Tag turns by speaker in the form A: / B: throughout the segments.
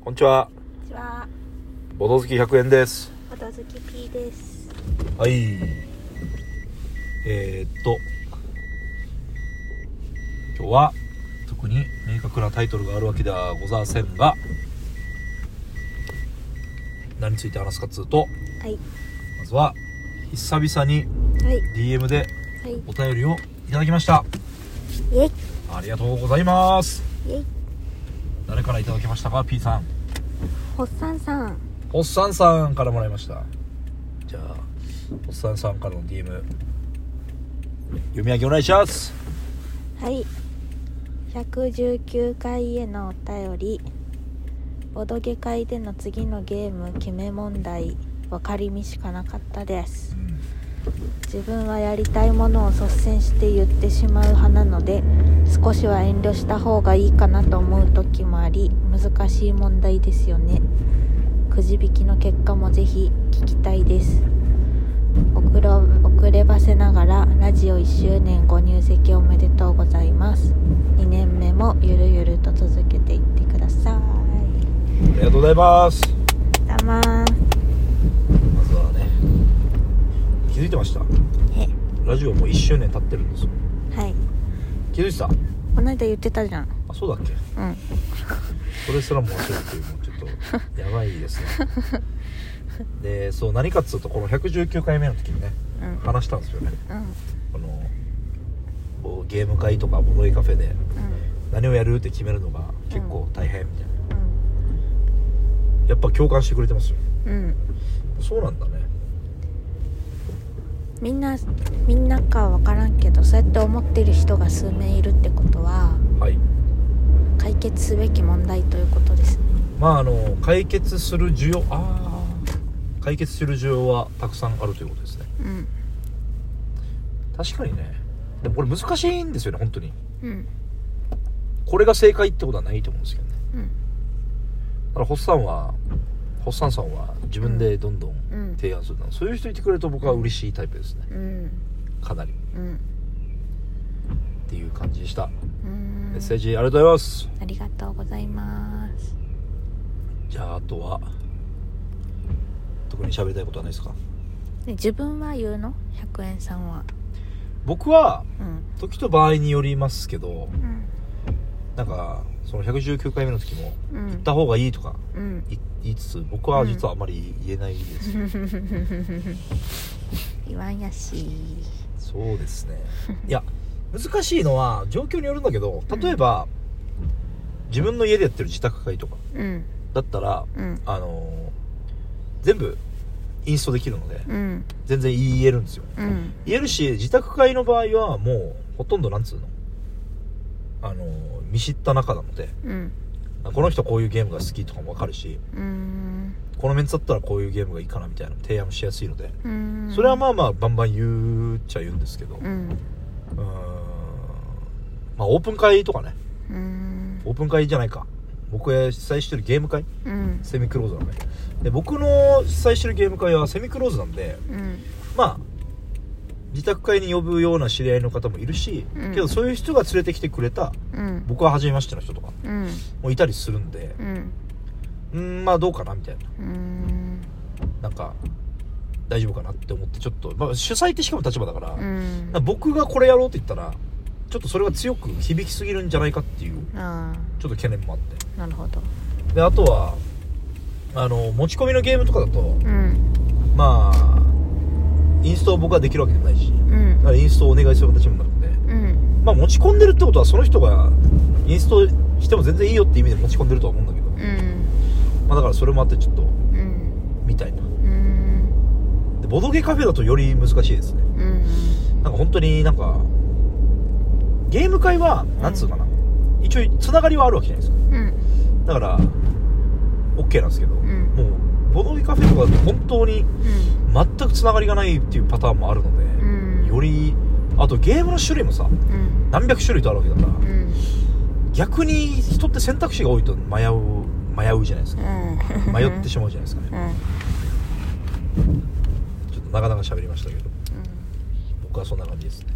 A: こんにちは。
B: こんにちは、
A: ボト好き100円です。
B: 音好き P です。
A: はい。えー、っと、今日は特に明確なタイトルがあるわけではございませんが、何について話すかっつうと、
B: はい、
A: まずは久々に
B: はい、
A: DM で
B: はい、
A: お便りをいただきました。
B: イェイ、
A: ありがとうございます。
B: イェイ、
A: 誰からいただきましたか ?P さん。
B: ほっさんさん、
A: おっさんさんからもらいましたじゃあおっさんさんからの DM 読み上げお願いします
B: はい。119回へのお便り。ボドゲ会での次のゲーム決め問題。分かりみしかなかったです自分はやりたいものを率先して言ってしまう派なので少しは遠慮した方がいいかなと思う時もあり難しい問題ですよねくじ引きの結果もぜひ聞きたいです遅れ遅ればせながらラジオ1周年ご入籍おめでとうございます2年目もゆるゆると続けていってください
A: ありがとうございます
B: ざまーす
A: まずはね気づいてました
B: え
A: ラジオもう1周年経ってるんですよ
B: はい
A: 気づいてた
B: この間言ってたじゃん
A: あそうだっけ
B: うん
A: それすらも忘れてるもうちょっ とやばいですねでそう何かっつうとこの119回目の時にね
B: うん
A: 話したんですよね
B: うん
A: このこうゲーム会とかボロいカフェで
B: うん
A: 何をやるって決めるのが結構大変みたいな、
B: う
A: やっぱ共感してくれてますよ
B: んうん
A: そうなんだね
B: みんなみんなか分からんけどそうやって思ってる人が数名いるってことは
A: はい
B: 解決すべき問題ということですね
A: まああの解決する需要ああ解決する需要はたくさんあるということですね
B: うん
A: 確かにねでもこれ難しいんですよね本当に
B: うん
A: これが正解ってことはないと思うんですけどね
B: うん
A: だからホッサンはホッサンさんは自分でどんど
B: うん
A: ん提案するな、そういう人いてくれると僕は嬉しいタイプですね
B: うん
A: かなり
B: うん
A: っていう感じでした
B: うん
A: メッセージありがとうございます
B: ありがとうございます
A: じゃああとは特に喋りたいことはないですか
B: で自分は言うの100円さんは
A: 僕は
B: うん
A: 時と場合によりますけど
B: うん
A: なんかその119回目の時も
B: う
A: 行っ
B: ん
A: た方がいいとか
B: うん
A: い言いつつ僕は実はあまり言えないです、
B: 言わんやし
A: そうですねいや難しいのは状況によるんだけど例えば、自分の家でやってる自宅会とか
B: うん
A: だったら
B: うん
A: あのー全部インストできるので
B: うん
A: 全然言えるんですよ
B: うん
A: 言えるし自宅会の場合はもうほとんどなんつうのあのー見知った仲なので
B: うん
A: あこの人こういうゲームが好きとかもわかるし
B: うん
A: このメンツだったらこういうゲームがいいかなみたいな提案もしやすいので
B: うん
A: それはまあまあバンバン言っちゃ言うんですけどう
B: う
A: ーん
B: ん
A: まあオープン会とかね
B: うん
A: オープン会じゃないか僕が主催してるゲーム会
B: うん
A: セミクローズなのでで僕の主催してるゲーム会はセミクローズなんで
B: うん
A: まあ自宅会に呼ぶような知り合いの方もいるし、
B: うん
A: けどそういう人が連れてきてくれた
B: うん
A: 僕は初めましての人とか
B: うん
A: もいたりするんで
B: うん
A: うんまあどうかなみたいな
B: うん
A: なんか大丈夫かなって思ってちょっと、まあ、主催ってしかも立場だから,、
B: うん
A: 僕がこれやろうって言ったらちょっとそれが強く響きすぎるんじゃないかっていう
B: あ
A: ちょっと懸念もあって
B: あなるほど
A: であとはあの持ち込みのゲームとかだと
B: うん
A: まあインストを僕はできるわけでもないし
B: う
A: だ
B: ん
A: からインストをお願いする形にもなるので、
B: うん
A: まあ、持ち込んでるってことはその人がインストしても全然いいよって意味で持ち込んでるとは思うんだけど、
B: うん
A: まあ、だからそれもあってちょっと
B: うん
A: みたいな
B: うん
A: でボドゲカフェだとより難しいですね
B: うん
A: なんか本当になんかゲーム会はなんつうかな、一応つながりはあるわけじゃないですか
B: うん
A: だから OK なんですけど、
B: ん
A: もうボドゲカフェとかだと本当に全くつながりがないっていうパターンもあるので、
B: うん
A: よりあとゲームの種類もさ
B: うん
A: 何百種類とあるわけだから
B: うん
A: 逆に人って選択肢が多いと迷う迷うじゃないです か
B: うん
A: 迷ってしまうじゃないですかね
B: うん
A: ちょっとなかなか喋りましたけど僕はそんな感じですね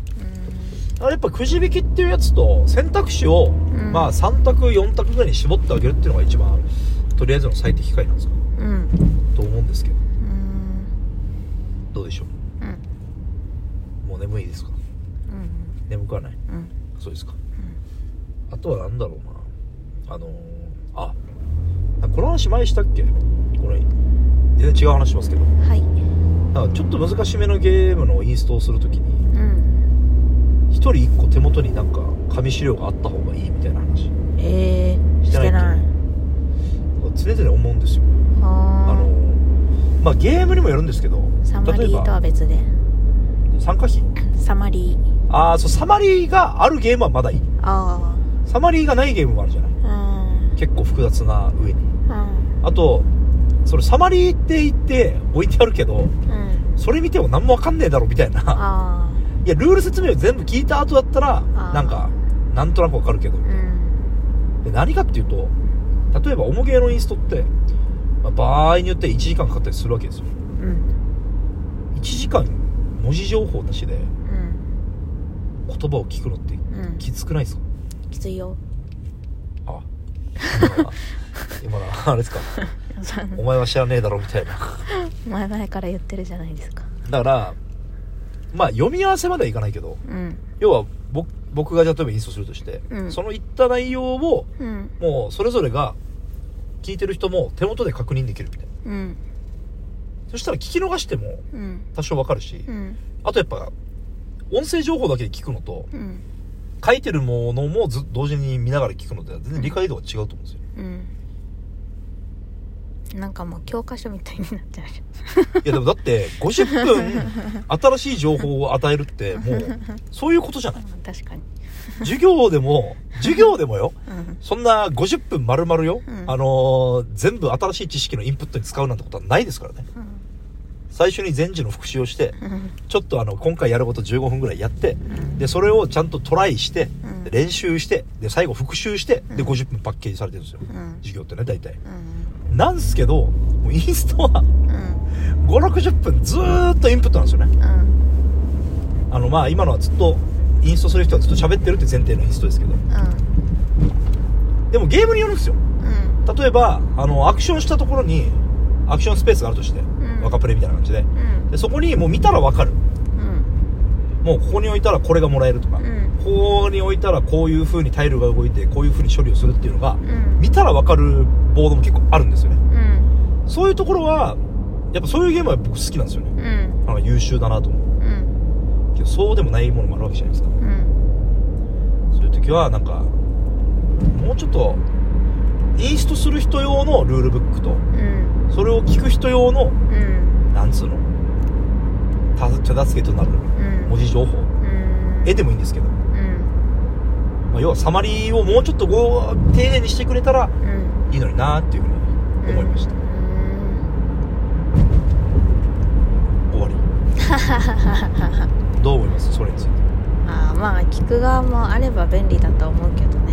B: う
A: だからやっぱくじ引きっていうやつと選択肢を、
B: ん
A: まあ3択4択ぐらいに絞ってあげるっていうのが一番とりあえずの最適解なんですか
B: うん
A: と思うんですけど
B: うーん
A: どうでしょう
B: うん
A: もう眠いですか
B: うん
A: 眠くはない
B: うん
A: そうですかあとは何だろうなあのー、あなんかこの話前したっけこれ全然違う話しますけど
B: うんはい
A: なんかちょっと難しめのゲームのインストをするときに
B: うん
A: 一人一個手元になんか紙資料があった方がいいみたいな話
B: えー、
A: し
B: してて
A: な
B: ないい
A: 常々思うんですよあの
B: は
A: ーまあゲームにもよるんですけど
B: あサマ
A: 例
B: リ
A: え
B: ーとは
A: ば
B: 別で
A: 参加費
B: サマリー
A: ああそうサマリーがあるゲームはまだいい
B: あ
A: サマリーがないゲームもあるじゃない
B: あうん
A: 結構複雑な上に
B: うん
A: あとそれサマリーって言って置いてあるけど
B: うん
A: それ見ても何もわかんねえだろみたいな
B: あ
A: いやルール説明を全部聞いた後だったらなんかなんとなくわかるけど
B: あうん
A: で何かっていうと例えば重ゲーのインストって、まあ場合によって1時間かかったりするわけですよ
B: うん
A: 1時間文字情報なしで
B: うん
A: 言葉を聞くのって
B: うん
A: きつくないですか
B: きついよ
A: あ今のあれですかお前は知らねえだろみたいな
B: 前々から言ってるじゃないですか
A: だからまあ読み合わせまではいかないけど
B: うん
A: 要は僕僕が例えばインストするとして、
B: うん
A: その言った内容を
B: うん
A: もうそれぞれが聞いてる人も手元で確認できるみたいな
B: うん
A: そしたら聞き逃しても
B: うん
A: 多少わかるし、
B: うん
A: あとやっぱ音声情報だけで聞くのと
B: うん
A: 書いてるものもず同時に見ながら聞くのでは全然理解度が違うと思うんです よ、
B: うんなんかもう教科書みたいになっちゃうじ
A: いやでもだって50分 新しい情報を与えるってもうそういうことじゃ
B: ゃ
A: なんい
B: うん確かに
A: 授業でも授業でもよ
B: うん
A: そんな50分丸々よ、
B: うん
A: あのー全部新しい知識のインプットに使うなんてことはないですからね最初に前時の復習をして
B: うん
A: ちょっとあの今回やること15分ぐらいやって
B: うん
A: でそれをちゃんとトライして、
B: うん
A: で練習してで最後復習してで
B: うん
A: 50分パッケージされてるんですよ、
B: うん
A: 授業ってね大体
B: うん
A: なんすけどもうインストは
B: うん
A: 560分ずーっとインプットなんですよね
B: うん
A: あのまあ今のはずっとインストする人はずっと喋ってるって前提のインストですけどでもゲームによるんですよ
B: うん
A: 例えばあのアクションしたところにアクションスペースがあるとして、
B: ん
A: 若プレみたいな感じで
B: うん
A: でそこにもう見たら分かる
B: うん
A: もうここに置いたらこれがもらえるとか、
B: うん
A: ここに置いたらこういう風にタイルが動いてこういう風に処理をするっていうのが
B: うん
A: 見たら分かるボードも結構あるんですよね
B: うん
A: そういうところはやっぱそういうゲームは僕好きなんですよね
B: うん
A: なんか優秀だなと思
B: うん
A: うけどそうでもないものもあるわけじゃないですか
B: うん
A: そういう時はなんかもうちょっとインストする人用のルールブックと
B: うん
A: それを聞く人用の
B: うん
A: なんつうのた手助けとなる
B: うん
A: 文字情報
B: うん
A: 絵でもいいんですけど、ま
B: うん
A: あ、要はサマリーをもうちょっとこう丁寧にしてくれたら
B: うん
A: いいのになっていうふうに思いました、
B: うん
A: 終 わりどう思いますそれについて
B: あーまあ聞く側もあれば便利だと思うけどね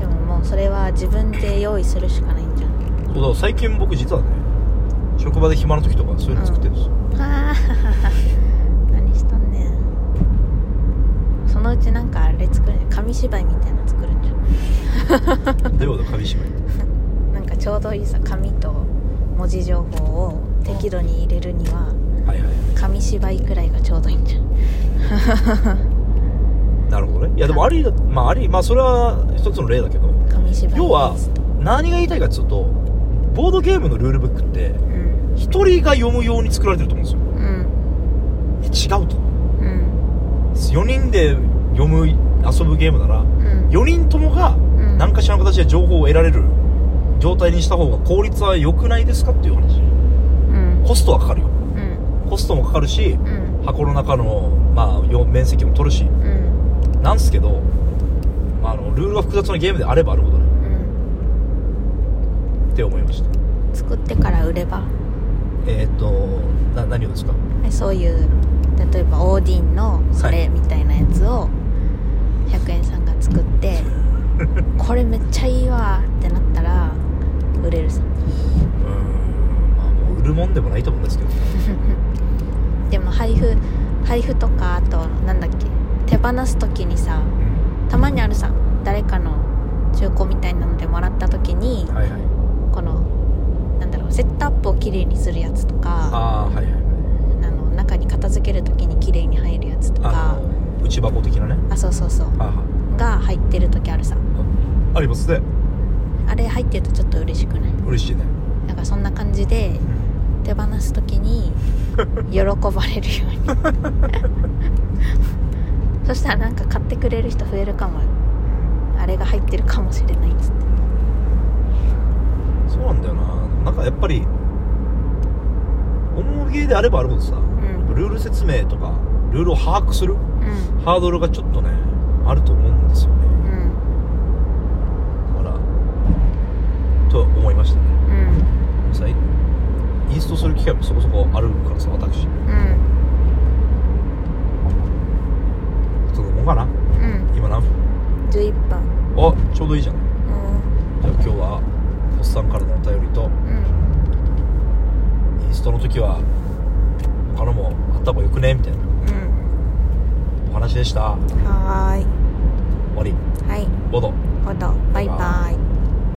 B: でももうそれは自分で用意するしかないんじゃん
A: そうだ最近僕実はね職場で暇な時とかそういうの作ってるんですよ、
B: あー何しとんねんそのうちなんかあれ作る紙芝居みたいなの作るんじゃん
A: どういうこと紙芝居って
B: なんかちょうどいいさ紙と文字情報を適度に入れるには
A: はいはい
B: 紙芝居くらいがちょうどいいんじゃん
A: なるほどねいやでもありだまあありまあそれは一つの例だけど
B: 紙芝居
A: 要は
B: です
A: 何が言いたいかっつうとボードゲームのルールブックって
B: うん
A: 一人が読むように作られてると思うん
B: うん
A: ですよいや違うと
B: うん
A: 4人で読む遊ぶゲームなら
B: うん
A: 4人ともが
B: うん
A: 何かしらの形で情報を得られる状態にした方が効率は良くないですかっていう話
B: うん
A: コストはかかるよ
B: うん
A: コストもかかるし
B: うん
A: 箱の中の、まあ、よ面積も取るし
B: うん
A: なんすけど、まあ、あのルールが複雑なゲームであればあるほどね
B: うん
A: って思いました
B: 作ってから売れば
A: えっ、ー、とな何をですか
B: そういう例えばオーディンのそ
A: は
B: れ
A: い
B: みたいなやつを100円さんが作ってこれめっちゃいいわってなったら売れるさ
A: うーんまあもう売るもんでもないと思うんですけど
B: でも配布配布とかあとなんだっけ手放す時にさたまにあるさ誰かの中古みたいなのでもらった時に
A: はいはい
B: このなんだろうセットアップをきれいにするやつとか
A: ああはいはいはい
B: あの中に片付ける時にきれいに入るやつと
A: あ
B: か
A: の内箱的なね
B: あそうそうそう
A: ああ
B: が入ってる時あるさ
A: ありますね
B: あれ入ってるとちょっと嬉しくない
A: 嬉しいね
B: なんかそんな感じで手放す時に喜ばれるように そしたらなんか買ってくれる人増えるかもあれが入ってるかもしれないっつって
A: そうなんだよななんかやっぱり重げであればあるほどさ
B: うん
A: ルール説明とかルールを把握する
B: うん
A: ハードルがちょっとねあると思うんですよね
B: うん
A: だからと思いましたね
B: うん
A: さインストする機会もそこそこあるからさ私
B: うん
A: そのもんかな
B: うん
A: 今何分
B: 11番
A: あちょうどいいじゃんじゃあ今日はおっさんからのお便りと
B: うんうん
A: インストの時は他のもあった方がよくねみたいな
B: うん
A: お話でした
B: はーい